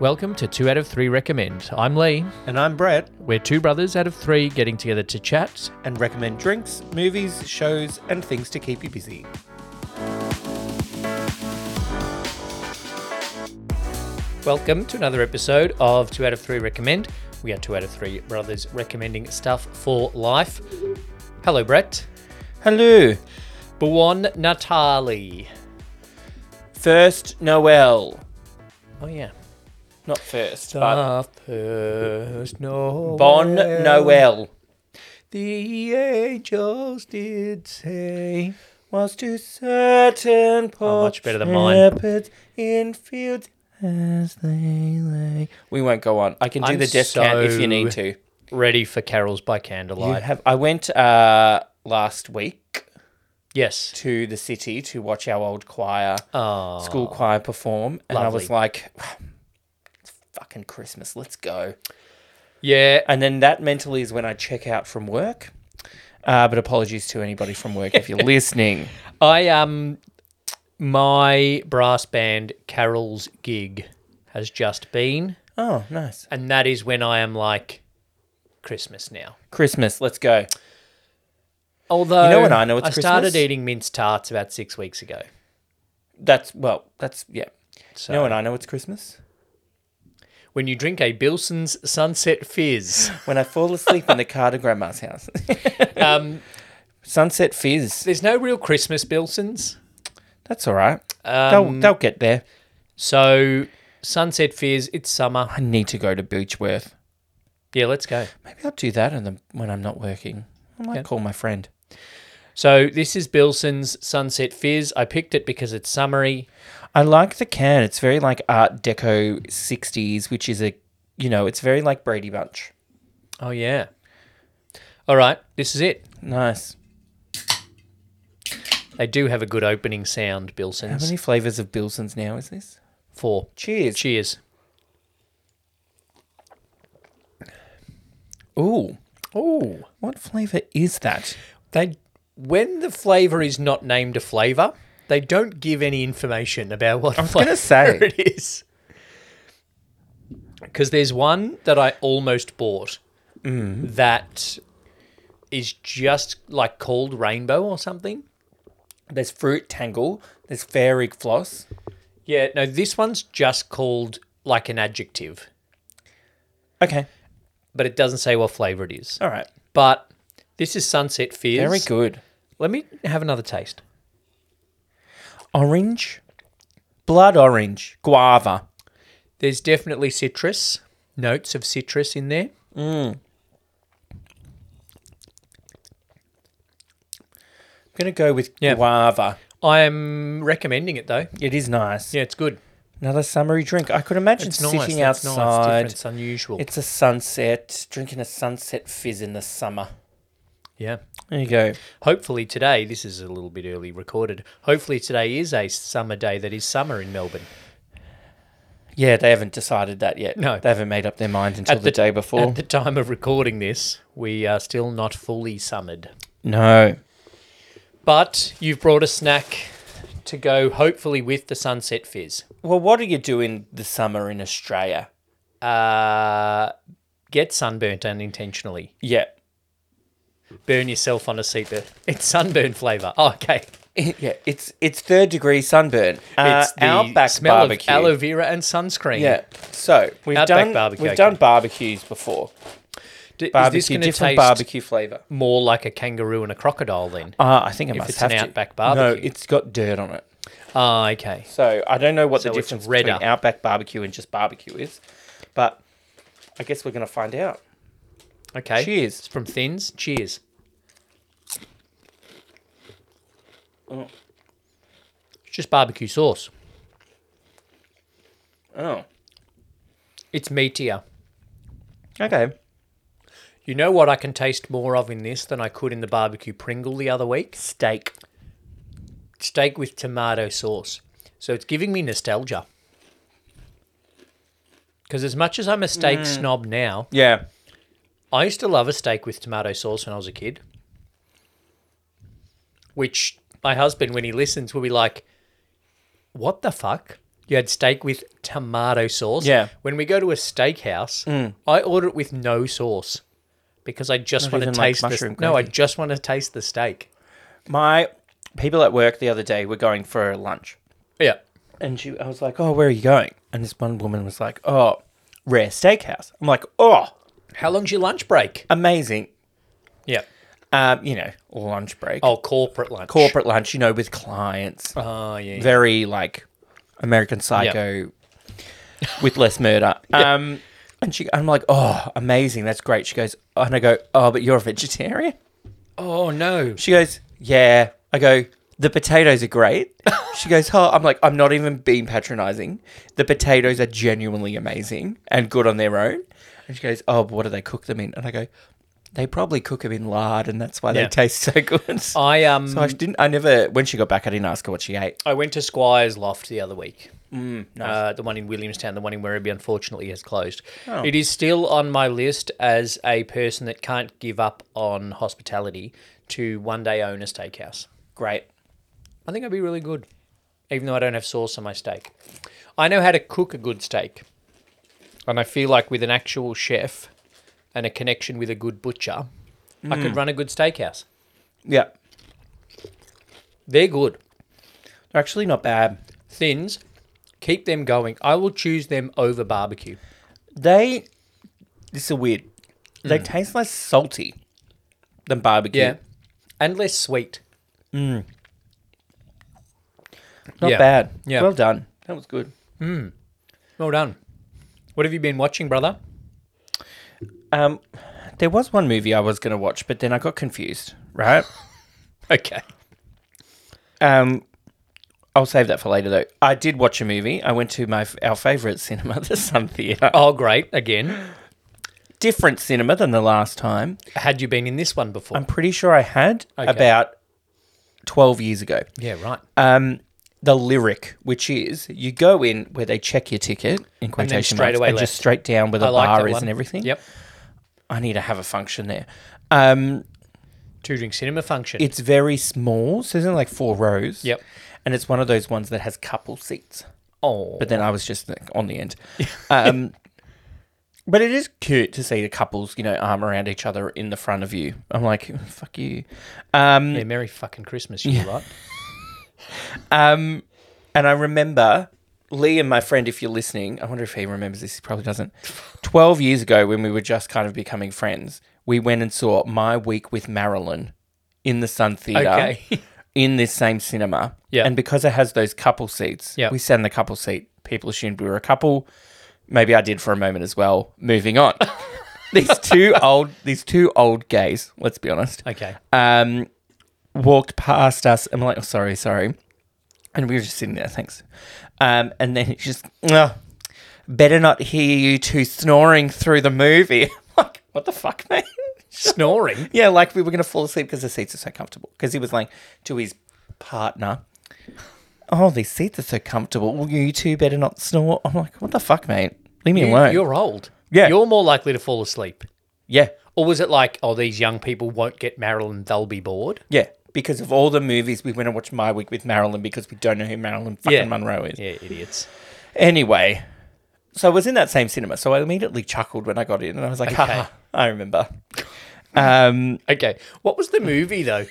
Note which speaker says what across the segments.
Speaker 1: Welcome to Two Out of Three Recommend. I'm Lee.
Speaker 2: And I'm Brett,
Speaker 1: We're two brothers out of three getting together to chat.
Speaker 2: and recommend drinks, movies, shows, and things to keep you busy.
Speaker 1: Welcome to another episode of Two Out of Three Recommend. We are two out of three brothers recommending stuff for life. Hello, Brett.
Speaker 2: Hello,
Speaker 1: Buon Natali.
Speaker 2: first Noel.
Speaker 1: Oh, yeah.
Speaker 2: Not first,
Speaker 1: The first Noel.
Speaker 2: Bon Noel
Speaker 1: The angels did say.
Speaker 2: was to certain poor
Speaker 1: Oh, much better than mine.
Speaker 2: shepherds in fields as they lay. We won't go on. I can do
Speaker 1: I'm
Speaker 2: the death count if you need
Speaker 1: so
Speaker 2: to.
Speaker 1: Ready for carols by
Speaker 2: You
Speaker 1: candlelight.
Speaker 2: have. I went uh, last week
Speaker 1: Yes.
Speaker 2: to the city to watch our old choir.
Speaker 1: Oh,
Speaker 2: school choir perform, and I was
Speaker 1: Lovely.
Speaker 2: like, "It's fucking Christmas, let's go."
Speaker 1: yeah.
Speaker 2: And then that mentally is when I check out from work. Uh, but apologies to anybody from work if you're listening.
Speaker 1: I um my brass band Carol's gig has just been
Speaker 2: Oh, nice
Speaker 1: and that is when I am like Christmas now.
Speaker 2: Christmas, let's go.
Speaker 1: Although
Speaker 2: when I know it's
Speaker 1: I started
Speaker 2: Christmas?
Speaker 1: eating mince tarts about 6 weeks ago.
Speaker 2: That's well, that's yeah.
Speaker 1: So
Speaker 2: No, and I know it's Christmas
Speaker 1: when you drink a Bilson's Sunset Fizz.
Speaker 2: when I fall asleep in the car to Grandma's house.
Speaker 1: Um
Speaker 2: Sunset fizz.
Speaker 1: there's no real Christmas Bilsons.
Speaker 2: That's all right.
Speaker 1: Um,
Speaker 2: they'll they'll get there.
Speaker 1: So Sunset Fizz, it's summer.
Speaker 2: I need to go to Beechworth.
Speaker 1: Yeah, let's go.
Speaker 2: Maybe I'll do that on the, when I'm not working. I might
Speaker 1: Yeah.
Speaker 2: call my friend.
Speaker 1: So this is Bilson's Sunset Fizz. I picked it because it's summery.
Speaker 2: I like the can. It's very like Art Deco 60s, which is a, you know, it's very like Brady Bunch.
Speaker 1: Oh yeah. All right, this is it.
Speaker 2: Nice.
Speaker 1: They do have a good opening sound,
Speaker 2: How
Speaker 1: Bilsons.
Speaker 2: many flavors of Bilson's now is this?
Speaker 1: Four.
Speaker 2: Cheers.
Speaker 1: Cheers.
Speaker 2: Ooh,
Speaker 1: Oh,
Speaker 2: what flavor is that?
Speaker 1: they when the flavour is not named a flavour, they don't give any information about what
Speaker 2: was
Speaker 1: flavour
Speaker 2: gonna say.
Speaker 1: it is. Because there's one that I almost bought Mm. that is just like called rainbow or something.
Speaker 2: There's fruit tangle. There's fairy floss.
Speaker 1: Yeah, no, this one's just called like an adjective,
Speaker 2: Okay.
Speaker 1: but it doesn't say what flavour it is.
Speaker 2: All right.
Speaker 1: But this is Sunset Fears.
Speaker 2: Very good.
Speaker 1: Let me have another taste.
Speaker 2: Orange. Blood orange. Guava.
Speaker 1: There's definitely citrus, notes of citrus in there.
Speaker 2: I'm going to go with
Speaker 1: Yeah.
Speaker 2: guava.
Speaker 1: I'm recommending it though.
Speaker 2: It is nice.
Speaker 1: Yeah, it's good.
Speaker 2: Another summery drink. I could imagine
Speaker 1: It's nice.
Speaker 2: sitting
Speaker 1: That's nice.
Speaker 2: outside.
Speaker 1: Different. It's unusual.
Speaker 2: It's a sunset, drinking a sunset fizz in the summer.
Speaker 1: yeah.
Speaker 2: There you go.
Speaker 1: Hopefully today, this is a little bit early recorded. Hopefully today is a summer day that is summer in Melbourne.
Speaker 2: Yeah, they haven't decided that yet.
Speaker 1: No.
Speaker 2: They haven't made up their mind until
Speaker 1: At
Speaker 2: the,
Speaker 1: the-
Speaker 2: day before.
Speaker 1: At the time of recording this, we are still not fully summered.
Speaker 2: no.
Speaker 1: But you've brought a snack to go, hopefully, with the sunset fizz.
Speaker 2: Well, what do you do in the summer in Australia?
Speaker 1: Uh, get sunburnt unintentionally.
Speaker 2: Yeah.
Speaker 1: burn yourself on a seatbelt. It's sunburn flavour. Oh, okay.
Speaker 2: yeah, it's it's third degree sunburn. Uh,
Speaker 1: it's the
Speaker 2: Outback
Speaker 1: smell
Speaker 2: barbecue.
Speaker 1: of aloe vera and sunscreen.
Speaker 2: yeah. So we've
Speaker 1: Outback
Speaker 2: done
Speaker 1: barbecue,
Speaker 2: we've
Speaker 1: okay.
Speaker 2: done barbecues before.
Speaker 1: D-
Speaker 2: Barbecue,
Speaker 1: is this going to
Speaker 2: different
Speaker 1: taste
Speaker 2: barbecue flavor.
Speaker 1: more like a kangaroo and a crocodile then?
Speaker 2: Ah, I think I must
Speaker 1: it's
Speaker 2: have
Speaker 1: an
Speaker 2: to.
Speaker 1: Outback
Speaker 2: No,
Speaker 1: barbecue.
Speaker 2: it's got dirt on it.
Speaker 1: Oh, okay.
Speaker 2: So I don't know what
Speaker 1: So
Speaker 2: the
Speaker 1: it's
Speaker 2: difference
Speaker 1: redder.
Speaker 2: between Outback barbecue and just barbecue is, but I guess we're gonna find out.
Speaker 1: Okay.
Speaker 2: Cheers.
Speaker 1: It's from Thins. Cheers. It's just barbecue sauce.
Speaker 2: Oh,
Speaker 1: It's meatier.
Speaker 2: okay.
Speaker 1: You know what I can taste more of in this than I could in the barbecue Pringle the other week?
Speaker 2: Steak.
Speaker 1: Steak with tomato sauce. So it's giving me nostalgia. Because as much as I'm a steak snob now,
Speaker 2: Yeah.
Speaker 1: I used to love a steak with tomato sauce when I was a kid. Which my husband, when he listens, will be like, What the fuck? You had steak with tomato sauce.
Speaker 2: Yeah. Mm.
Speaker 1: When we go to a steakhouse, I order it with no sauce because I just want to
Speaker 2: even, like,
Speaker 1: taste the
Speaker 2: mushroom
Speaker 1: no. I
Speaker 2: gravy.
Speaker 1: just want to taste the steak.
Speaker 2: My people at work the other day were going for lunch.
Speaker 1: Yeah.
Speaker 2: And she, I was like, oh, where are you going? And this one woman was like, oh, Rare Steakhouse. I'm like, oh,
Speaker 1: How long's your lunch break?
Speaker 2: amazing.
Speaker 1: Yeah.
Speaker 2: Um, you know, lunch break,
Speaker 1: Oh, corporate lunch.
Speaker 2: corporate lunch, you know, with clients.
Speaker 1: Oh yeah.
Speaker 2: Very like American Psycho with less murder. Um, and she, I'm like, oh, amazing. That's great. She goes, and I go, oh, but you're a vegetarian?
Speaker 1: Oh no.
Speaker 2: She goes, Yeah. I go, The potatoes are great. she goes, Oh, I'm like, I'm not even being patronizing. The potatoes are genuinely amazing and good on their own. And she goes, Oh, but what do they cook them in? And I go, They probably cook them in lard and that's why
Speaker 1: Yeah.
Speaker 2: they taste so good.
Speaker 1: I um.
Speaker 2: so I didn't, I never, when she got back, I didn't ask her what she ate.
Speaker 1: I went to Squire's Loft the other week. Mm, uh, the one in Williamstown, the one in Werribee, unfortunately, has closed. It is still on my list as a person that can't give up on hospitality to one day own a steakhouse.
Speaker 2: Great.
Speaker 1: I think I'd be really good, even though I don't have sauce on my steak. I know how to cook a good steak. And I feel like with an actual chef and a connection with a good butcher, I could run a good steakhouse.
Speaker 2: Yeah.
Speaker 1: They're good.
Speaker 2: They're actually not bad.
Speaker 1: Thins, keep them going. I will choose them over barbecue.
Speaker 2: They, this is weird. They taste less salty than barbecue.
Speaker 1: Mm. Yeah. And less sweet.
Speaker 2: Mm. Not
Speaker 1: Yeah.
Speaker 2: bad.
Speaker 1: Yeah.
Speaker 2: Well done. That was good.
Speaker 1: Well done. What have you been watching, brother?
Speaker 2: Um, there was one movie I was going to watch, but then I got confused. Right?
Speaker 1: Okay.
Speaker 2: Um, I'll save that for later though. I did watch a movie. I went to my f- our favourite cinema, the Sun Theatre.
Speaker 1: Oh, great. Again,
Speaker 2: Different cinema than the last time.
Speaker 1: had you been in this one before?
Speaker 2: I'm pretty sure I had
Speaker 1: Okay.
Speaker 2: about twelve years ago.
Speaker 1: yeah, right.
Speaker 2: Um, the lyric, which is you go in where they check your ticket in quotation
Speaker 1: straight
Speaker 2: marks,
Speaker 1: away
Speaker 2: and
Speaker 1: left.
Speaker 2: just straight down where the
Speaker 1: I like
Speaker 2: bar
Speaker 1: that
Speaker 2: is
Speaker 1: one.
Speaker 2: and everything.
Speaker 1: Yep.
Speaker 2: I need to have a function there. Um,
Speaker 1: Two drink cinema function.
Speaker 2: it's very small, so there's only like four rows.
Speaker 1: Yep.
Speaker 2: And it's one of those ones that has couple seats.
Speaker 1: oh,
Speaker 2: But then I was just like, on the end. Um, but it is cute to see the couples, you know, arm around each other in the front of you. I'm like, fuck you. Um,
Speaker 1: yeah, Merry fucking Christmas, you lot.
Speaker 2: um, and I remember Lee and my friend, if you're listening, I wonder if he remembers this. He probably doesn't. 12 years ago, when we were just kind of becoming friends, we went and saw My Week with Marilyn in the Sun Theatre.
Speaker 1: Okay.
Speaker 2: in this same cinema.
Speaker 1: Yeah.
Speaker 2: And because it has those couple seats,
Speaker 1: Yeah.
Speaker 2: we sat in the couple seat. People assumed we were a couple. Maybe I did for a moment as well. Moving on. these two old these two old gays, let's be honest.
Speaker 1: Okay.
Speaker 2: Um walked past us and we're like, oh sorry, sorry. And we were just sitting there, thanks. Um and then it just "Ugh, better not hear you two snoring through the movie. like, what the fuck, man?
Speaker 1: Snoring.
Speaker 2: Yeah, like we were going to fall asleep because the seats are so comfortable. Because he was like to his partner, Oh, these seats are so comfortable. Well, you two better not snore. I'm like, What the fuck, mate? Leave me alone.
Speaker 1: You, are old.
Speaker 2: Yeah.
Speaker 1: You're more likely to fall asleep.
Speaker 2: yeah,
Speaker 1: Or was it like, oh, these young people won't get Marilyn, they'll be bored?
Speaker 2: yeah. Because of all the movies, we went and watched My Week with Marilyn because we don't know who Marilyn fucking Monroe is.
Speaker 1: Yeah, idiots.
Speaker 2: Anyway, so I was in that same cinema. So I immediately chuckled when I got in and I was like, "Ha ha, I remember. Um,
Speaker 1: Okay. What was the movie, though?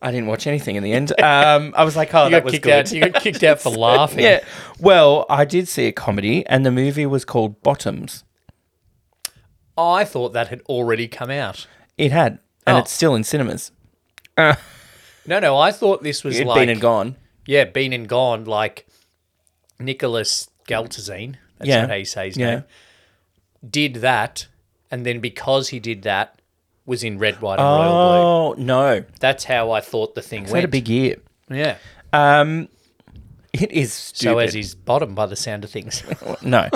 Speaker 2: I didn't watch anything in the end. Um, I was like, oh,
Speaker 1: You
Speaker 2: that
Speaker 1: got,
Speaker 2: was
Speaker 1: kicked
Speaker 2: good.
Speaker 1: out, you got kicked out for laughing.
Speaker 2: Yeah. Well, I did see a comedy, and the movie was called Bottoms.
Speaker 1: I thought that had already come out.
Speaker 2: It had, and
Speaker 1: Oh.
Speaker 2: it's still in cinemas.
Speaker 1: No, no, I thought this was
Speaker 2: It's
Speaker 1: like.
Speaker 2: been and gone.
Speaker 1: yeah, been and gone, like Nicholas Galtazine, that's
Speaker 2: Yeah.
Speaker 1: not how you say his
Speaker 2: Yeah.
Speaker 1: name, did that, and then because he did that, was in red, white, and royal blue.
Speaker 2: Oh no,
Speaker 1: That's how I thought the thing
Speaker 2: we had
Speaker 1: went.
Speaker 2: a big year.
Speaker 1: yeah.
Speaker 2: Um, it is stupid.
Speaker 1: So as his bottom, by the sound of things.
Speaker 2: no,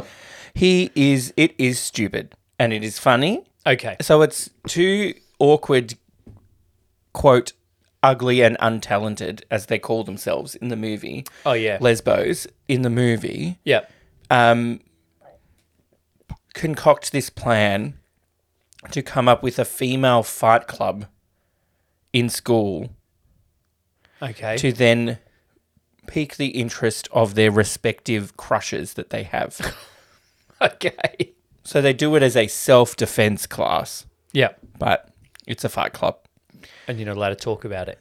Speaker 2: he is. It is stupid, and it is funny.
Speaker 1: okay.
Speaker 2: So it's two awkward, quote, ugly and untalented, as they call themselves in the movie,
Speaker 1: Oh yeah.
Speaker 2: lesbos in the movie.
Speaker 1: yeah.
Speaker 2: um, concoct this plan to come up with a female fight club in school
Speaker 1: Okay.
Speaker 2: to then pique the interest of their respective crushes that they have.
Speaker 1: Okay.
Speaker 2: so they do it as a self defense class,
Speaker 1: Yeah.
Speaker 2: but it's a fight club.
Speaker 1: And you're not allowed to talk about it.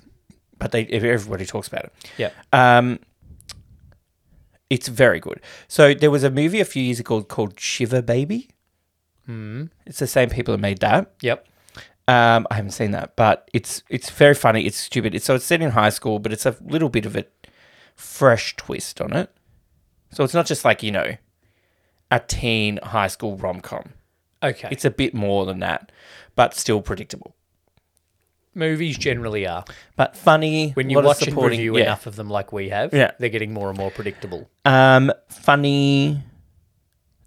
Speaker 2: But they everybody talks about it.
Speaker 1: Yeah.
Speaker 2: Um, it's very good. So there was a movie a few years ago called Shiver Baby. Mm. It's the same people who made that.
Speaker 1: Yep.
Speaker 2: Um, I haven't seen that, but it's it's very funny. It's stupid. It's, so it's set in high school, but it's a little bit of a fresh twist on it. So it's not just like you know a teen high school rom com.
Speaker 1: Okay.
Speaker 2: It's a bit more than that, but still predictable.
Speaker 1: Movies generally are.
Speaker 2: But funny
Speaker 1: When you
Speaker 2: lot of
Speaker 1: watch and
Speaker 2: supporting-
Speaker 1: review
Speaker 2: yeah.
Speaker 1: enough of them like we have,
Speaker 2: Yeah.
Speaker 1: they're getting more and more predictable.
Speaker 2: Um, funny.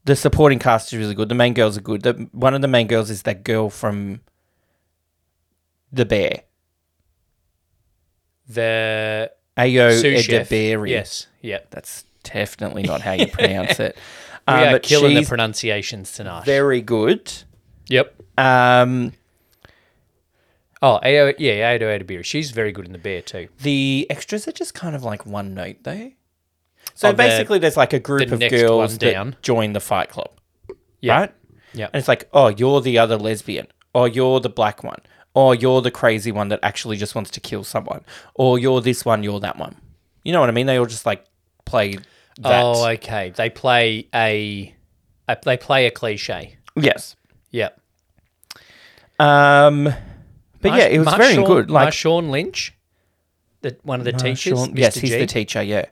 Speaker 2: The supporting cast is really good. The main girls are good. The, one of the main girls is that girl from The Bear.
Speaker 1: The
Speaker 2: Ayo
Speaker 1: sous chef.
Speaker 2: Edeberry.
Speaker 1: Yes. Yeah.
Speaker 2: That's definitely not how you pronounce it.
Speaker 1: We
Speaker 2: Um,
Speaker 1: are
Speaker 2: but
Speaker 1: killing the
Speaker 2: she's
Speaker 1: pronunciations tonight.
Speaker 2: very good.
Speaker 1: Yep.
Speaker 2: Um,
Speaker 1: Oh, Ao, yeah, Ado Adebiri. She's very good in the bear too.
Speaker 2: the extras are just kind of like one note though. So
Speaker 1: Oh, the-
Speaker 2: basically, there's like a group
Speaker 1: the
Speaker 2: of
Speaker 1: next
Speaker 2: girls
Speaker 1: one
Speaker 2: that
Speaker 1: down.
Speaker 2: join the fight club,
Speaker 1: Yeah.
Speaker 2: right?
Speaker 1: Yeah.
Speaker 2: And it's like, oh, you're the other lesbian, or you're the black one, or you're the crazy one that actually just wants to kill someone, or you're this one, you're that one. You know what I mean? They all just like play that.
Speaker 1: Oh, okay. They play a, a they play a cliche.
Speaker 2: yes.
Speaker 1: Yep.
Speaker 2: Um, but yeah, it was very
Speaker 1: Marshawn-
Speaker 2: good. Like,
Speaker 1: Marshawn Lynch, the one of the teachers.
Speaker 2: Uh, Sean-
Speaker 1: Mr.
Speaker 2: yes, he's
Speaker 1: G.
Speaker 2: the teacher. Yeah,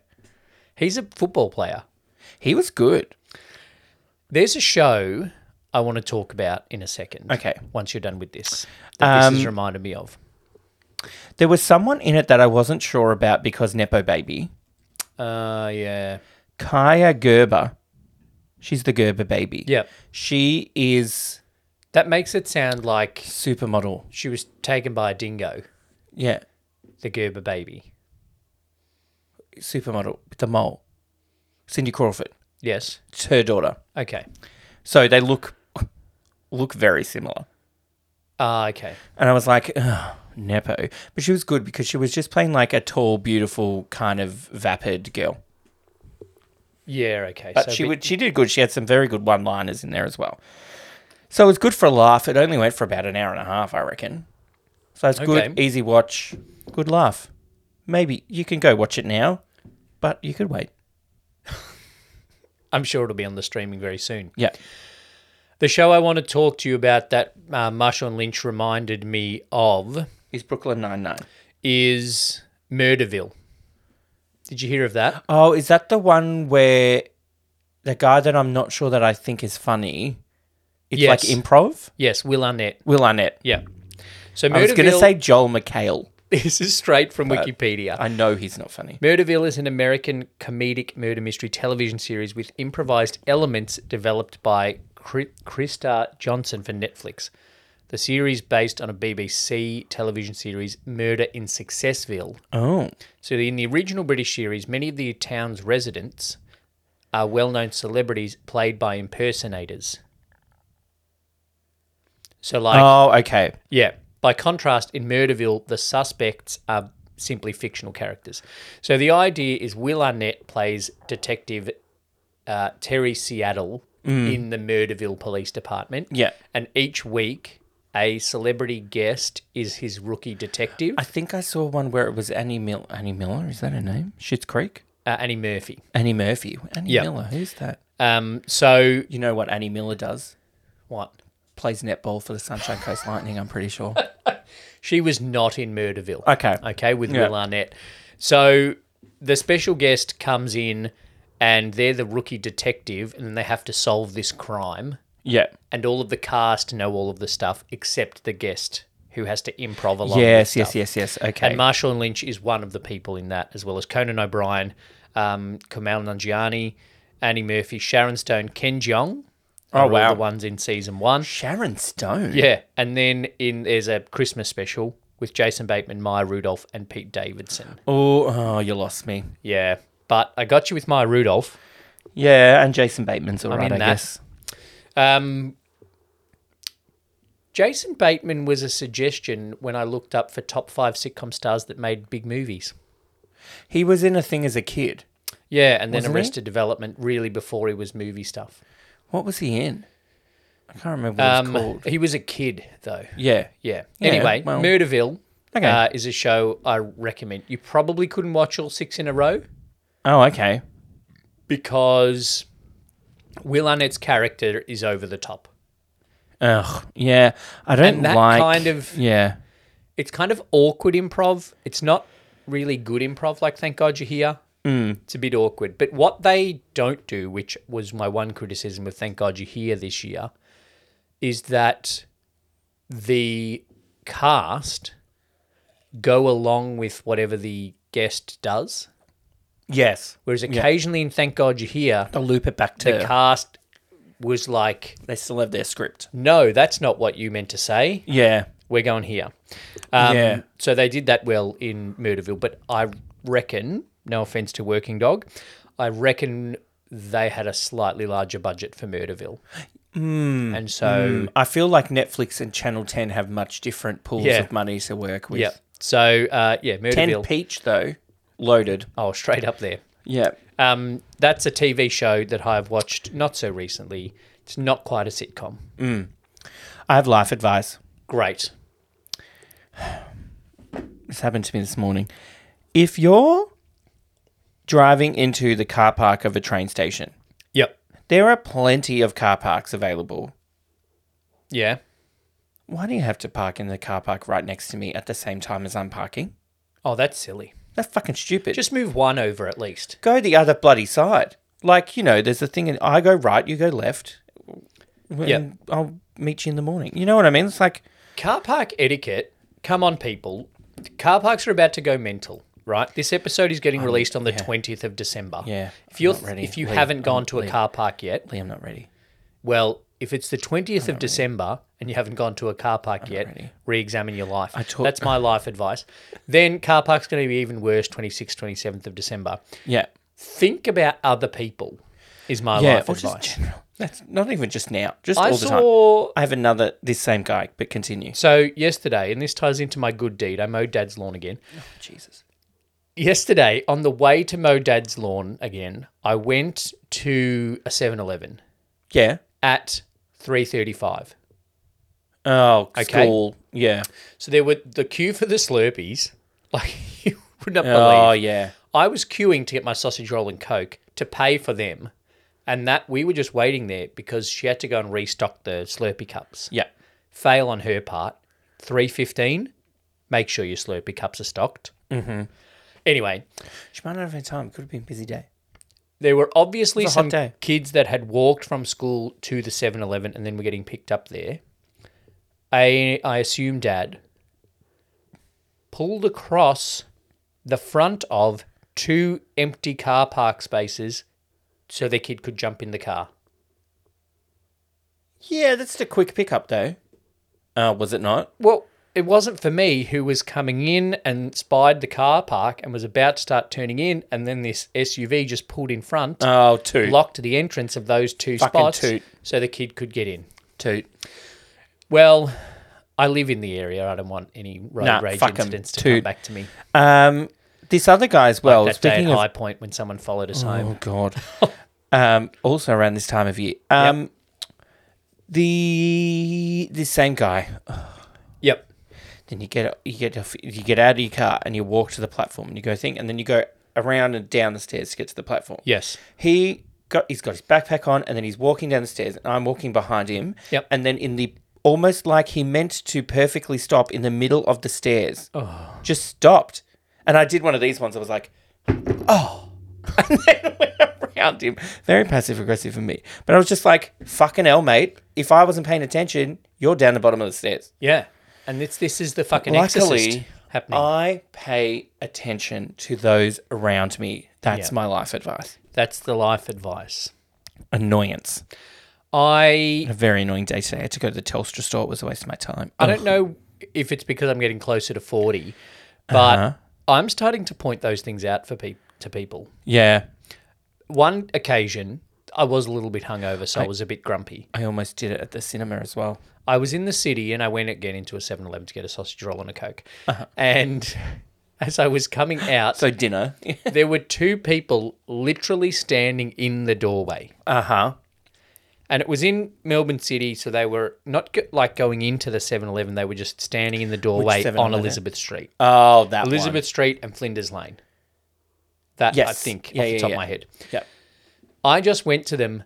Speaker 1: he's a football player.
Speaker 2: he was good.
Speaker 1: There's a show I want to talk about in a second.
Speaker 2: Okay. Um,
Speaker 1: Once you're done with this, that this has reminded me of.
Speaker 2: There was someone in it that I wasn't sure about because nepo baby
Speaker 1: Uh, yeah.
Speaker 2: Kaya Gerber. She's the Gerber baby.
Speaker 1: Yep.
Speaker 2: She is
Speaker 1: That makes it sound like
Speaker 2: supermodel.
Speaker 1: she was taken by a dingo,
Speaker 2: Yeah.
Speaker 1: the Gerber baby.
Speaker 2: Supermodel. The mole. Cindy Crawford.
Speaker 1: Yes.
Speaker 2: It's her daughter.
Speaker 1: Okay.
Speaker 2: So they look look very similar.
Speaker 1: Ah, okay.
Speaker 2: And I was like, Ugh, Nepo. But she was good because she was just playing like a tall, beautiful, kind of vapid girl.
Speaker 1: Yeah, okay.
Speaker 2: But
Speaker 1: so a
Speaker 2: she
Speaker 1: bit-
Speaker 2: would she did good. She had some very good one liners in there as well. So it was good for a laugh. It only went for about an hour and a half, I reckon. So it's good,
Speaker 1: Okay.
Speaker 2: easy watch, good laugh. Maybe you can go watch it now, but you could wait.
Speaker 1: I'm sure it'll be on the streaming very soon.
Speaker 2: Yeah.
Speaker 1: The show I want to talk to you about that uh, Marshawn Lynch reminded me of
Speaker 2: Is Brooklyn Nine Nine?
Speaker 1: is Murderville. Did you hear of that?
Speaker 2: Oh, is that the one where the guy that I'm not sure that I think is funny? It's
Speaker 1: Yes.
Speaker 2: like improv.
Speaker 1: Yes, Will Arnett.
Speaker 2: Will Arnett.
Speaker 1: Yeah. So Murderville
Speaker 2: I was going to say Joel McHale.
Speaker 1: this is straight from Wikipedia.
Speaker 2: I know he's not funny.
Speaker 1: Murderville is an American comedic murder mystery television series with improvised elements developed by Chri- Krista Johnson for Netflix. The series based on a BBC television series, Murder in Successville.
Speaker 2: Oh,
Speaker 1: So, in the original British series, many of the town's residents are well known celebrities played by impersonators. So, like,
Speaker 2: oh, okay.
Speaker 1: yeah. By contrast, in Murderville, the suspects are simply fictional characters. So, the idea is Will Arnett plays Detective uh, Terry Seattle in the Murderville Police Department.
Speaker 2: Mm. Yeah.
Speaker 1: And each week, a celebrity guest is his rookie detective,
Speaker 2: I think I saw one where it was Annie Mill. Annie Miller is that her name? Shit's Creek.
Speaker 1: uh, Annie Murphy.
Speaker 2: Annie Murphy. Annie
Speaker 1: Yeah.
Speaker 2: Miller. Who's that?
Speaker 1: Um, so,
Speaker 2: You know what Annie Miller does?
Speaker 1: what?
Speaker 2: Plays netball for the Sunshine Coast Lightning. I'm pretty sure.
Speaker 1: She was not in Murderville.
Speaker 2: Okay.
Speaker 1: Okay, with
Speaker 2: Yeah.
Speaker 1: Will Arnett. So the special guest comes in and they're the rookie detective and they have to solve this crime.
Speaker 2: Yeah.
Speaker 1: And all of the cast know all of the stuff except the guest who has to improv along. with
Speaker 2: Yes.
Speaker 1: stuff.
Speaker 2: Yes. Yes. Yes. Okay.
Speaker 1: And Marshawn Lynch is one of the people in that, as well as Conan O'Brien, um, Kamal Nanjiani, Annie Murphy, Sharon Stone, Ken Jeong. are all
Speaker 2: Oh, wow.
Speaker 1: The ones in season one.
Speaker 2: Sharon Stone.
Speaker 1: Yeah, and then in there's a Christmas special with Jason Bateman, Maya Rudolph, and Pete Davidson.
Speaker 2: Oh, oh, you lost me.
Speaker 1: Yeah, but I got you with Maya Rudolph.
Speaker 2: Yeah, and Jason Bateman's all right,
Speaker 1: in
Speaker 2: I
Speaker 1: that.
Speaker 2: guess.
Speaker 1: Um, Jason Bateman was a suggestion when I looked up for top five sitcom stars that made big movies.
Speaker 2: He was in a thing as a kid.
Speaker 1: Yeah, and then
Speaker 2: Wasn't he?
Speaker 1: Arrested Development really before he was movie stuff.
Speaker 2: What was he in? I can't remember what it's
Speaker 1: Um,
Speaker 2: called.
Speaker 1: he was a kid though.
Speaker 2: Yeah.
Speaker 1: Yeah.
Speaker 2: Yeah,
Speaker 1: Anyway,
Speaker 2: well-
Speaker 1: Murderville
Speaker 2: Okay.
Speaker 1: uh, is a show I recommend. You probably couldn't watch all six in a row
Speaker 2: Oh, okay.
Speaker 1: because Will Arnett's character is over the top.
Speaker 2: Ugh. Yeah. I don't
Speaker 1: And that
Speaker 2: like.
Speaker 1: kind of-
Speaker 2: Yeah.
Speaker 1: It's kind of awkward improv. It's not really good improv. Like, thank God you're here. It's a bit awkward. But what they don't do, which was my one criticism of Thank God You're Here this year, is that the cast go along with whatever the guest does.
Speaker 2: Yes.
Speaker 1: Whereas occasionally in Thank God You're Here,
Speaker 2: They'll loop it back
Speaker 1: the cast was like,
Speaker 2: they still have their script.
Speaker 1: no, that's not what you meant to say.
Speaker 2: Yeah.
Speaker 1: We're going here. Um,
Speaker 2: Yeah.
Speaker 1: So they did that well in Murderville, but I reckon, no offense to Working Dog, I reckon they had a slightly larger budget for Murderville. Mm. And so,
Speaker 2: I feel like Netflix and Channel 10 have much different pools
Speaker 1: Yeah.
Speaker 2: of money to work with.
Speaker 1: yeah. So, uh, yeah,
Speaker 2: 10
Speaker 1: Murderville.
Speaker 2: Peach, though, loaded.
Speaker 1: oh, straight up there.
Speaker 2: Yeah.
Speaker 1: Um, that's a TV show that I've watched not so recently. It's not quite a sitcom.
Speaker 2: I have life advice.
Speaker 1: Great.
Speaker 2: This happened to me this morning. If you're driving into the car park of a train station,
Speaker 1: Yep.
Speaker 2: there are plenty of car parks available.
Speaker 1: Yeah.
Speaker 2: Why do you have to park in the car park right next to me at the same time as I'm parking?
Speaker 1: Oh, that's silly.
Speaker 2: That's fucking stupid. Just
Speaker 1: Just move one over at least.
Speaker 2: go the other bloody side. Like, you know, there's a thing, in, I go right, you go left.
Speaker 1: Yep.
Speaker 2: and I'll meet you in the morning. You know what I mean? It's like,
Speaker 1: Car park etiquette. Come on, people. Car parks are about to go mental, right? This episode is getting released on the twentieth of December.
Speaker 2: Yeah,
Speaker 1: If you're
Speaker 2: I'm not ready.
Speaker 1: if you
Speaker 2: Leave.
Speaker 1: haven't gone
Speaker 2: I'm-
Speaker 1: to a
Speaker 2: leave.
Speaker 1: car park yet,
Speaker 2: Lee, I'm not ready.
Speaker 1: well, if it's the twentieth of December and you haven't gone to a car park yet,
Speaker 2: ready.
Speaker 1: re-examine your life.
Speaker 2: talk-
Speaker 1: That's my life advice. Then car park's going to be even worse. 26th, 27th of December.
Speaker 2: Yeah.
Speaker 1: Think about other people. Is my
Speaker 2: Yeah.
Speaker 1: life
Speaker 2: Or
Speaker 1: advice.
Speaker 2: just general. That's not even just now, just
Speaker 1: I
Speaker 2: all the time.
Speaker 1: saw
Speaker 2: I have another this same guy, but continue.
Speaker 1: So yesterday, and this ties into my good deed. I mowed Dad's lawn again.
Speaker 2: Jesus.
Speaker 1: Yesterday, on the way to mow Dad's lawn again, I went to a 7-Eleven
Speaker 2: Yeah.
Speaker 1: at three thirty-five.
Speaker 2: Oh,
Speaker 1: Okay.
Speaker 2: school. Yeah.
Speaker 1: So there were the queue for the Slurpees. Like you would not
Speaker 2: Oh,
Speaker 1: believe.
Speaker 2: yeah.
Speaker 1: I was queuing to get my sausage roll and coke to pay for them, and that we were just waiting there because she had to go and restock the Slurpee cups.
Speaker 2: Yeah.
Speaker 1: fail on her part. 315, make sure your Slurpee cups are stocked. Mm-hmm. Anyway,
Speaker 2: She might not have had time. Could have been a busy day.
Speaker 1: there were obviously
Speaker 2: It was a hot
Speaker 1: some
Speaker 2: day.
Speaker 1: kids that had walked from school to the 7 Eleven and then were getting picked up there. I, I assume dad pulled across the front of two empty car park spaces so their kid could jump in the car.
Speaker 2: Yeah, that's the quick pickup, though. Uh, was it not?
Speaker 1: Well, it wasn't for me who was coming in and spied the car park and was about to start turning in, and then this SUV just pulled in front,
Speaker 2: Oh, two.
Speaker 1: blocked the entrance of those two
Speaker 2: Fucking
Speaker 1: spots,
Speaker 2: toot.
Speaker 1: so the kid could get in.
Speaker 2: Toot.
Speaker 1: Well, I live in the area. I don't want any road
Speaker 2: Nah,
Speaker 1: rage
Speaker 2: fuck 'em.
Speaker 1: incidents to come
Speaker 2: Toot.
Speaker 1: back to me.
Speaker 2: Um, this other guy as well.
Speaker 1: that day at
Speaker 2: speaking of
Speaker 1: High Point when someone followed us home.
Speaker 2: Oh God. um, also around this time of year. Um, the the same guy.
Speaker 1: Yep.
Speaker 2: Then you get you get off, you get out of your car and you walk to the platform and you go think and then you go around and down the stairs to get to the platform.
Speaker 1: Yes.
Speaker 2: He got he's got his backpack on and then he's walking down the stairs and I'm walking behind him.
Speaker 1: Yep.
Speaker 2: And then in the almost like he meant to perfectly stop in the middle of the stairs. Oh. Just stopped. And I did one of these ones. I was like, oh. And then went around him. Very passive aggressive of me. But I was just like, fucking hell, mate. If I wasn't paying attention, you're down the bottom of the stairs.
Speaker 1: Yeah. And this this is the fucking exorcist
Speaker 2: Luckily, uh,
Speaker 1: happening.
Speaker 2: I pay attention to those around me. That's
Speaker 1: Yeah.
Speaker 2: my life advice.
Speaker 1: That's the life advice.
Speaker 2: Annoyance.
Speaker 1: I
Speaker 2: a very annoying day today. I had to go to the Telstra store. It was a waste of my time.
Speaker 1: I don't know if it's because I'm getting closer to 40, but
Speaker 2: Uh-huh.
Speaker 1: I'm starting to point those things out for pe- to people.
Speaker 2: Yeah,
Speaker 1: One occasion, I was a little bit hungover, so I was a bit grumpy.
Speaker 2: I almost did it at the cinema as well.
Speaker 1: I was in the city and I went again into a 7 Eleven to get a sausage roll and a Coke. And as I was coming out,
Speaker 2: Uh-huh. So dinner.
Speaker 1: there were two people literally standing in the doorway.
Speaker 2: uh huh.
Speaker 1: And it was in Melbourne City, so they were not go- like going into the 7 Eleven, they were just standing in the doorway on
Speaker 2: 7-Eleven?
Speaker 1: Elizabeth Street.
Speaker 2: Oh, that
Speaker 1: Elizabeth Street and Flinders Lane. That I
Speaker 2: Yes.
Speaker 1: think
Speaker 2: Yeah,
Speaker 1: off the
Speaker 2: yeah,
Speaker 1: top
Speaker 2: yeah.
Speaker 1: of my head.
Speaker 2: One. Yep.
Speaker 1: I just went to them,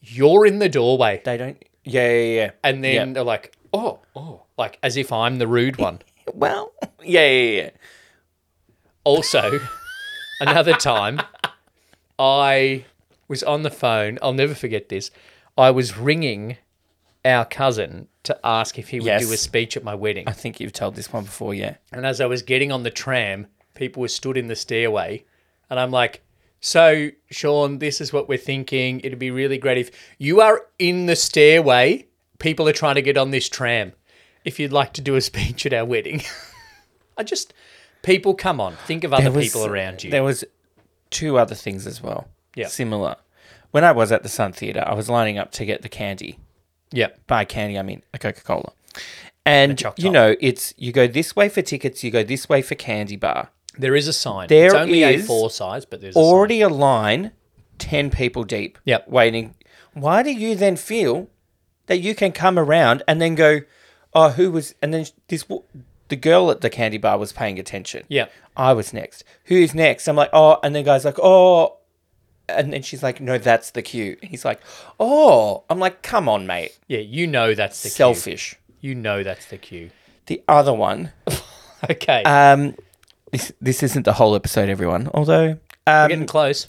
Speaker 1: you're in the doorway.
Speaker 2: They don't. Yeah, yeah, yeah.
Speaker 1: And then
Speaker 2: Yep.
Speaker 1: they're like, oh, oh, like as if I'm the rude one.
Speaker 2: Well, yeah, yeah, yeah.
Speaker 1: Also, another time, I was on the phone. I'll never forget this. I was ringing our cousin to ask if he would
Speaker 2: Yes.
Speaker 1: do a speech at my wedding.
Speaker 2: I think you've told this one before, yeah.
Speaker 1: And as I was getting on the tram, people were stood in the stairway. And I'm like, so, Sean, this is what we're thinking. It'd be really great if you are in the stairway. People are trying to get on this tram. If you'd like to do a speech at our wedding, I just, people, come on, think of other
Speaker 2: There was-
Speaker 1: people around you.
Speaker 2: There was two other things as well.
Speaker 1: Yeah.
Speaker 2: Similar. When I was at the Sun Theatre, I was lining up to get the candy.
Speaker 1: Yep.
Speaker 2: By candy, I mean a Coca Cola. And
Speaker 1: Choc
Speaker 2: you
Speaker 1: Top.
Speaker 2: know, it's you go this way for tickets, you go this way for candy bar.
Speaker 1: There is a sign.
Speaker 2: There
Speaker 1: it's only
Speaker 2: is
Speaker 1: A4 size, but there's a sign.
Speaker 2: Already a line, ten people deep.
Speaker 1: Yep.
Speaker 2: Waiting. Why do you then feel that you can come around and then go, oh, who was? And then this w- the girl at the candy bar was paying attention.
Speaker 1: Yep.
Speaker 2: I was next. Who's next? I'm like, oh, and the guy's like, oh, and then she's like, no, that's the cue. He's like, oh, I'm like, come on, mate,
Speaker 1: Yeah, you know that's the
Speaker 2: selfish.
Speaker 1: cue. You know that's the cue.
Speaker 2: The other one,
Speaker 1: Okay.
Speaker 2: um, this this isn't the whole episode, everyone. Although,
Speaker 1: We're
Speaker 2: um,
Speaker 1: getting close.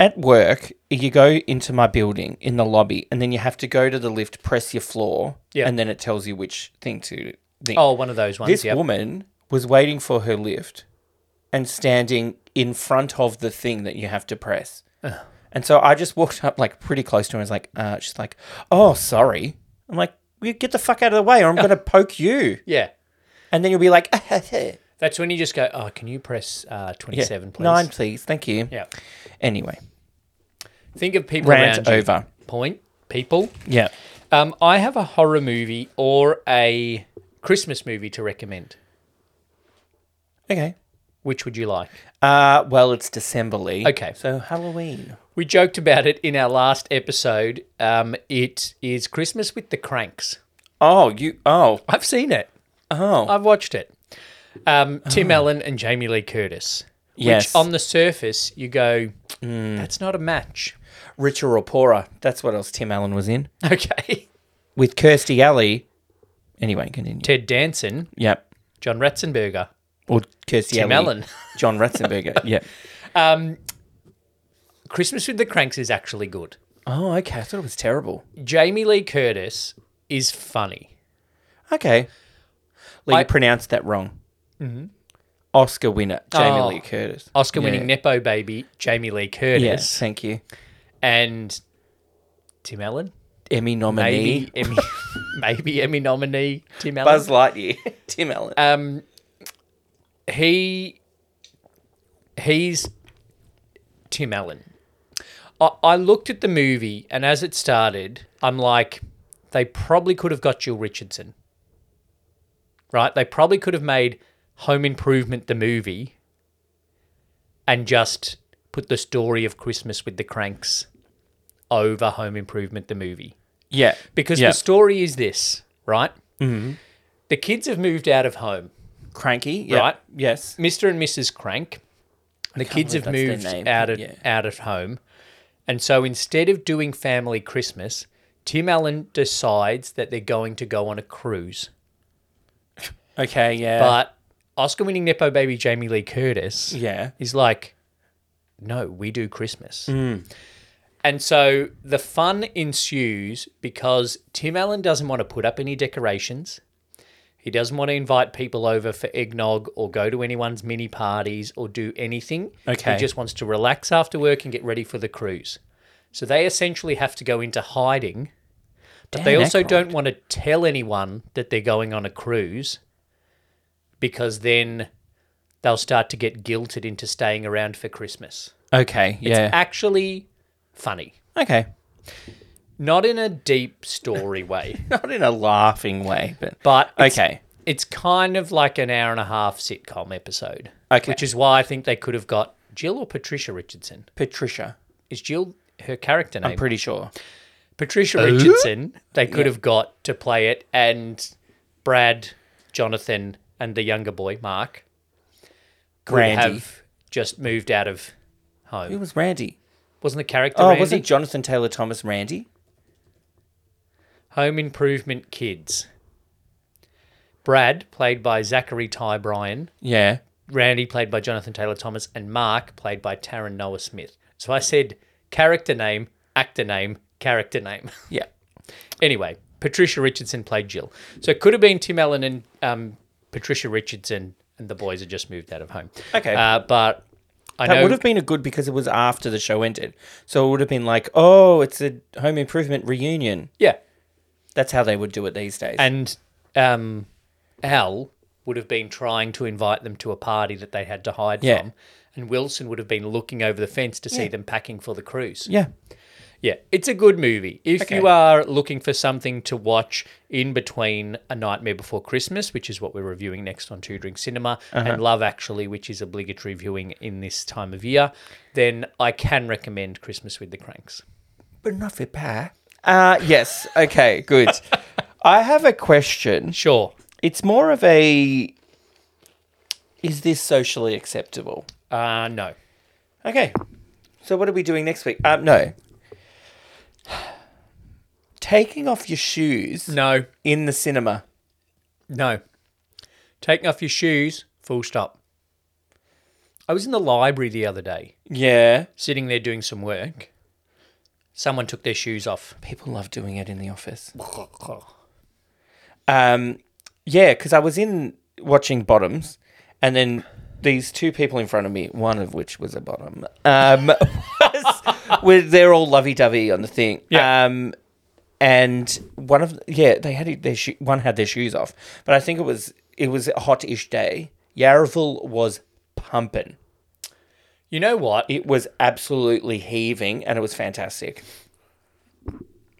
Speaker 2: at work, you go into my building in the lobby, and then you have to go to the lift, press your floor,
Speaker 1: Yeah.
Speaker 2: and then it tells you which thing to. Think.
Speaker 1: Oh, one of those ones.
Speaker 2: This
Speaker 1: yep.
Speaker 2: woman was waiting for her lift and standing in front of the thing that you have to press. And so I just walked up like pretty close to her and was like, uh, she's like, oh, sorry. I'm like, "Well, get the fuck out of the way or I'm going to poke you.
Speaker 1: Yeah.
Speaker 2: And then you'll be like,
Speaker 1: That's when you just go, oh, can you press uh, 27, please?
Speaker 2: nine, please. Thank you.
Speaker 1: Yeah.
Speaker 2: Anyway,
Speaker 1: Think of people
Speaker 2: rant
Speaker 1: around you.
Speaker 2: over.
Speaker 1: Point. People.
Speaker 2: Yeah.
Speaker 1: Um, I have a horror movie or a Christmas movie to recommend.
Speaker 2: Okay.
Speaker 1: Which would you like?
Speaker 2: Uh, well, it's December, Lee.
Speaker 1: Okay.
Speaker 2: So Halloween.
Speaker 1: We joked about it in our last episode. Um, it is Christmas with the Cranks.
Speaker 2: Oh, you. Oh.
Speaker 1: I've seen it.
Speaker 2: Oh.
Speaker 1: I've watched it. Um, Tim Allen and Jamie Lee Curtis.
Speaker 2: Ah. Yes. Mm.
Speaker 1: Which on the surface you go, that's not a match.
Speaker 2: Richer or poorer. That's what else Tim Allen was in.
Speaker 1: Okay.
Speaker 2: with Kirsty Alley. Anyway, continue.
Speaker 1: Ted Danson,
Speaker 2: Yep.
Speaker 1: John Ratzenberger,
Speaker 2: Or Kirsty
Speaker 1: Tim
Speaker 2: Alley.
Speaker 1: Allen.
Speaker 2: John Ratzenberger. yep.
Speaker 1: Christmas with the Cranks is actually good.
Speaker 2: Oh, okay. I thought it was terrible.
Speaker 1: Jamie Lee Curtis is funny.
Speaker 2: Okay. Lee,
Speaker 1: I-
Speaker 2: you pronounced that wrong. Mm-hmm. Oscar winner, Jamie
Speaker 1: Oh.
Speaker 2: Lee Curtis.
Speaker 1: Oscar winning
Speaker 2: Yeah.
Speaker 1: Nepo baby, Jamie Lee
Speaker 2: Yes.
Speaker 1: Curtis.
Speaker 2: Thank you.
Speaker 1: And Tim Allen?
Speaker 2: Emmy nominee.
Speaker 1: Maybe Emmy, maybe Emmy nominee Tim Allen.
Speaker 2: Buzz Lightyear. Tim Allen.
Speaker 1: Um, he he's Tim Allen. I, I looked at the movie, and as it started, I'm like, they probably could have got Jill Richardson, right? They probably could have made Home Improvement the movie, and just put the story of Christmas with the Cranks over Home Improvement the movie
Speaker 2: yeah.
Speaker 1: because
Speaker 2: yeah.
Speaker 1: the story is this, right? Mm-hmm. The kids have moved out of home.
Speaker 2: cranky. Yep.
Speaker 1: Right.
Speaker 2: Yes.
Speaker 1: Mr. and Mrs. Crank. The kids
Speaker 2: believe
Speaker 1: have
Speaker 2: that's
Speaker 1: moved
Speaker 2: their name,
Speaker 1: out of
Speaker 2: yeah.
Speaker 1: out of home, and so instead of doing family Christmas, Tim Allen decides that they're going to go on a cruise.
Speaker 2: Okay. Yeah.
Speaker 1: But Oscar-winning nepo baby Jamie Lee Curtis
Speaker 2: yeah.
Speaker 1: is like, no, we do Christmas.
Speaker 2: Mm.
Speaker 1: And so the fun ensues because Tim Allen doesn't want to put up any decorations. He doesn't want to invite people over for eggnog or go to anyone's mini parties or do anything.
Speaker 2: Okay.
Speaker 1: He just wants to relax after work and get ready for the cruise. So they essentially have to go into hiding, but they
Speaker 2: Dan
Speaker 1: also
Speaker 2: Aykroyd.
Speaker 1: don't want to tell anyone that they're going on a cruise because then they'll start to get guilted into staying around for Christmas.
Speaker 2: Okay. Yeah.
Speaker 1: Actually, funny.
Speaker 2: okay.
Speaker 1: Not in a deep story way,
Speaker 2: Not in a laughing way, but
Speaker 1: but it's,
Speaker 2: okay.
Speaker 1: It's kind of like an hour and a half sitcom episode.
Speaker 2: Okay.
Speaker 1: Which is why I think they could have got Jill or Patricia Richardson.
Speaker 2: Patricia.
Speaker 1: Is Jill her character name?
Speaker 2: I'm pretty sure.
Speaker 1: Patricia Richardson, they could have got to play it, and Brad, Jonathan, and the younger boy, Mark, could
Speaker 2: Randy.
Speaker 1: have just moved out of
Speaker 2: It
Speaker 1: home.
Speaker 2: was Randy.
Speaker 1: Wasn't the character
Speaker 2: Oh,
Speaker 1: Randy?
Speaker 2: wasn't Jonathan Taylor Thomas Randy?
Speaker 1: Home Improvement Kids. Brad, played by Zachary Ty Bryan,
Speaker 2: Yeah.
Speaker 1: Randy, played by Jonathan Taylor Thomas, and Mark, played by Taryn Noah Smith. So I said character name, actor name, character name.
Speaker 2: Yeah.
Speaker 1: Anyway, Patricia Richardson played Jill. So it could have been Tim Allen and um, Patricia Richardson, and the boys had just moved out of home.
Speaker 2: Okay.
Speaker 1: Uh, but I
Speaker 2: That
Speaker 1: know.
Speaker 2: would have been a good because it was after the show ended. So it would have been like, oh, it's a home improvement reunion.
Speaker 1: yeah.
Speaker 2: That's how they would do it these days.
Speaker 1: And um, Al would have been trying to invite them to a party that they had to hide
Speaker 2: Yeah.
Speaker 1: from. And Wilson would have been looking over the fence to see them packing for the cruise.
Speaker 2: yeah.
Speaker 1: Yeah, it's a good movie. If
Speaker 2: Okay.
Speaker 1: you are looking for something to watch in between A Nightmare Before Christmas, which is what we're reviewing next on Two Drink Cinema, and Love Actually, which is obligatory viewing in this time of year, then I can recommend Christmas with the Cranks.
Speaker 2: But not for pie. Uh, yes. Okay, good. I have a question.
Speaker 1: Sure.
Speaker 2: It's more of a is this socially acceptable?
Speaker 1: Uh, no.
Speaker 2: Okay. So what are we doing next week? Um, no. Taking off your shoes
Speaker 1: No.
Speaker 2: in the cinema.
Speaker 1: No. Taking off your shoes, full stop. I was in the library the other day,
Speaker 2: Yeah.
Speaker 1: sitting there doing some work. Someone took their shoes off.
Speaker 2: People love doing it in the office. Um, yeah, because I was in watching Bottoms, and then these two people in front of me, one of which was a bottom, um, was, were, they're all lovey dovey on the thing.
Speaker 1: Yeah.
Speaker 2: Um, and one of yeah, they had their sho- one had their shoes off, but I think it was it was a hot ish day. Yarraville was pumping.
Speaker 1: You know what?
Speaker 2: It was absolutely heaving, and it was fantastic.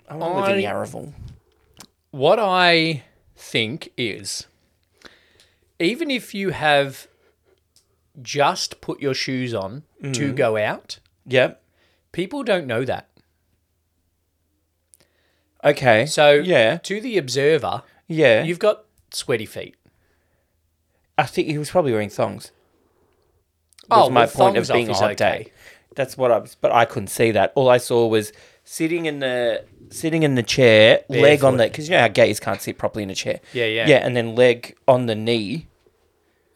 Speaker 2: I want to live in
Speaker 1: I-
Speaker 2: Yarraville.
Speaker 1: what I think is even if you have just put your shoes on
Speaker 2: Mm.
Speaker 1: to go out,
Speaker 2: Yep.
Speaker 1: people don't know that.
Speaker 2: Okay.
Speaker 1: So
Speaker 2: yeah,
Speaker 1: to the observer,
Speaker 2: yeah.
Speaker 1: you've got sweaty feet.
Speaker 2: I think he was probably wearing thongs.
Speaker 1: Oh,
Speaker 2: Was
Speaker 1: well,
Speaker 2: my point of
Speaker 1: thongs off
Speaker 2: being a
Speaker 1: is
Speaker 2: hot
Speaker 1: okay.
Speaker 2: day. That's what I was, but I couldn't see that. All I saw was sitting in the sitting in the chair, leg on the because you know how gays can't sit properly in a chair.
Speaker 1: Yeah, yeah.
Speaker 2: yeah, and then leg on the knee,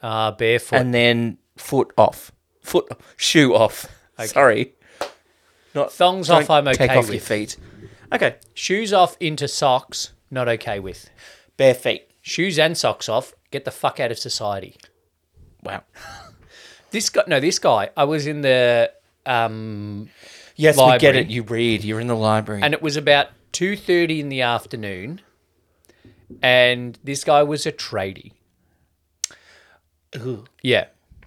Speaker 1: Ah, barefoot.
Speaker 2: and then foot off, foot shoe off. Sorry, not
Speaker 1: Thongs
Speaker 2: don't
Speaker 1: off, I'm okay
Speaker 2: Take off your
Speaker 1: with.
Speaker 2: feet. Okay,
Speaker 1: Shoes off into socks, not okay with.
Speaker 2: bare feet.
Speaker 1: Shoes and socks off, get the fuck out of society.
Speaker 2: Wow.
Speaker 1: This guy, no, this guy, I was in the um,
Speaker 2: Yes, we get
Speaker 1: Library.
Speaker 2: it. You read. You're in the library.
Speaker 1: and it was about 2.30 in the afternoon and this guy was a tradie yeah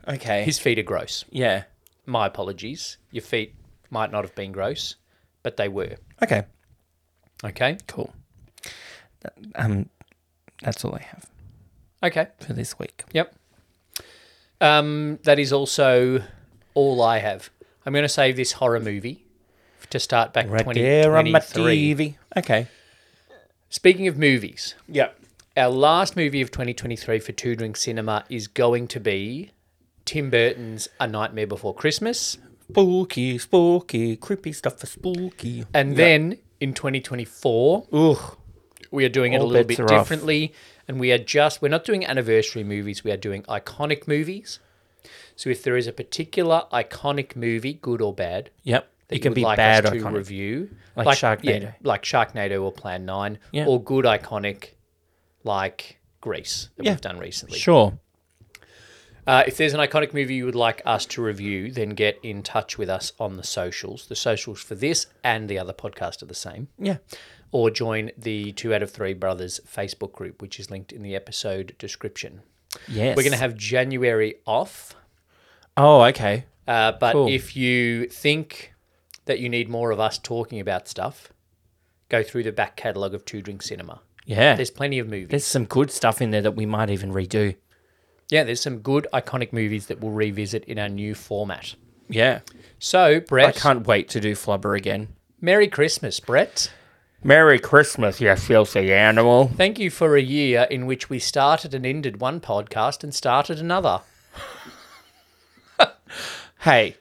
Speaker 2: okay.
Speaker 1: his feet are gross
Speaker 2: yeah.
Speaker 1: my apologies your feet might not have been gross but they were
Speaker 2: Okay.
Speaker 1: okay
Speaker 2: Cool. Um, that's all I have
Speaker 1: okay
Speaker 2: for this week.
Speaker 1: yep um, that is also all i have i'm going to save this horror movie to start back 2023
Speaker 2: Okay.
Speaker 1: speaking of movies
Speaker 2: Yeah.
Speaker 1: Our last movie of 2023 for Two Drink Cinema is going to be Tim Burton's A Nightmare Before Christmas.
Speaker 2: Spooky, spooky, creepy stuff for spooky.
Speaker 1: And then in 2024,
Speaker 2: Ugh.
Speaker 1: we are doing it a
Speaker 2: All
Speaker 1: little bit
Speaker 2: bets are off.
Speaker 1: differently. And we are just, we're not doing anniversary movies, we are doing iconic movies. So if there is a particular iconic movie, good or bad,
Speaker 2: Yep.
Speaker 1: that
Speaker 2: It
Speaker 1: you
Speaker 2: can
Speaker 1: would
Speaker 2: be
Speaker 1: like
Speaker 2: bad
Speaker 1: us
Speaker 2: or
Speaker 1: to
Speaker 2: kind of-
Speaker 1: review,
Speaker 2: Like Sharknado.
Speaker 1: like Sharknado or Plan 9,
Speaker 2: Yeah.
Speaker 1: or good iconic like Grease that we've done recently.
Speaker 2: Sure.
Speaker 1: Uh, if there's an iconic movie you would like us to review, then get in touch with us on the socials. The socials for this and the other podcast are the same.
Speaker 2: Yeah.
Speaker 1: Or join the Two Out of Three Brothers Facebook group, which is linked in the episode description.
Speaker 2: Yes.
Speaker 1: We're going to have January off,
Speaker 2: Oh, okay.
Speaker 1: uh, but
Speaker 2: Cool.
Speaker 1: if you think that you need more of us talking about stuff, go through the back catalogue of Two Drink Cinema.
Speaker 2: Yeah.
Speaker 1: There's plenty of movies.
Speaker 2: There's some good stuff in there that we might even redo.
Speaker 1: yeah, there's some good iconic movies that we'll revisit in our new format.
Speaker 2: Yeah.
Speaker 1: So,
Speaker 2: I
Speaker 1: Brett,
Speaker 2: can't wait to do Flubber again.
Speaker 1: Merry Christmas, Brett.
Speaker 2: Merry Christmas, you filthy animal.
Speaker 1: Thank you for a year in which we started and ended one podcast and started another.
Speaker 2: Hey,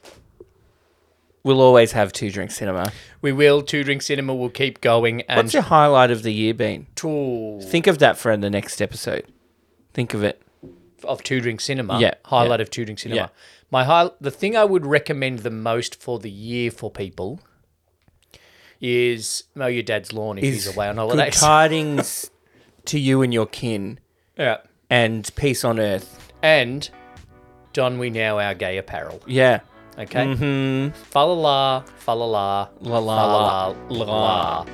Speaker 2: we'll always have two drink cinema.
Speaker 1: We will. Two Drink Cinema will keep going and
Speaker 2: What's your highlight of the year been?
Speaker 1: tool
Speaker 2: Think of that for the next episode. Think of it.
Speaker 1: of Two Drink Cinema.
Speaker 2: Yeah,
Speaker 1: Highlight of Two Drink Cinema.
Speaker 2: Yeah.
Speaker 1: My high, the thing I would recommend the most for the year for people is mow your dad's lawn if he's away on
Speaker 2: Good
Speaker 1: holidays.
Speaker 2: tidings to you and your kin,
Speaker 1: Yeah.
Speaker 2: and peace on earth.
Speaker 1: And don we now our gay apparel.
Speaker 2: Yeah. Hmm.
Speaker 1: Okay. Mm-hmm. Fa la la, fa la la,
Speaker 2: La la
Speaker 1: fa
Speaker 2: la
Speaker 1: la.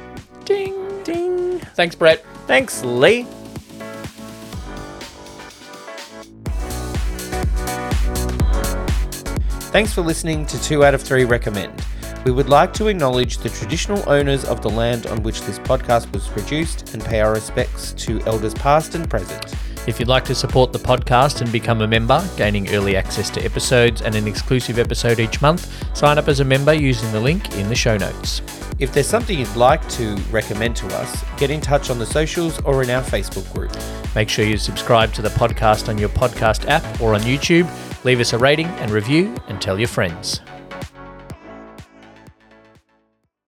Speaker 2: Ding, ding.
Speaker 1: Thanks, Brett.
Speaker 2: Thanks, Lee. Thanks for listening to 2 out of 3 recommend. We would like to acknowledge the traditional owners of the land on which this podcast was produced and pay our respects to elders past and present.
Speaker 1: If you'd like to support the podcast and become a member, gaining early access to episodes and an exclusive episode each month, sign up as a member using the link in the show notes.
Speaker 2: If there's something you'd like to recommend to us, get in touch on the socials or in our Facebook group.
Speaker 1: Make sure you subscribe to the podcast on your podcast app or on YouTube, leave us a rating and review, and tell your friends.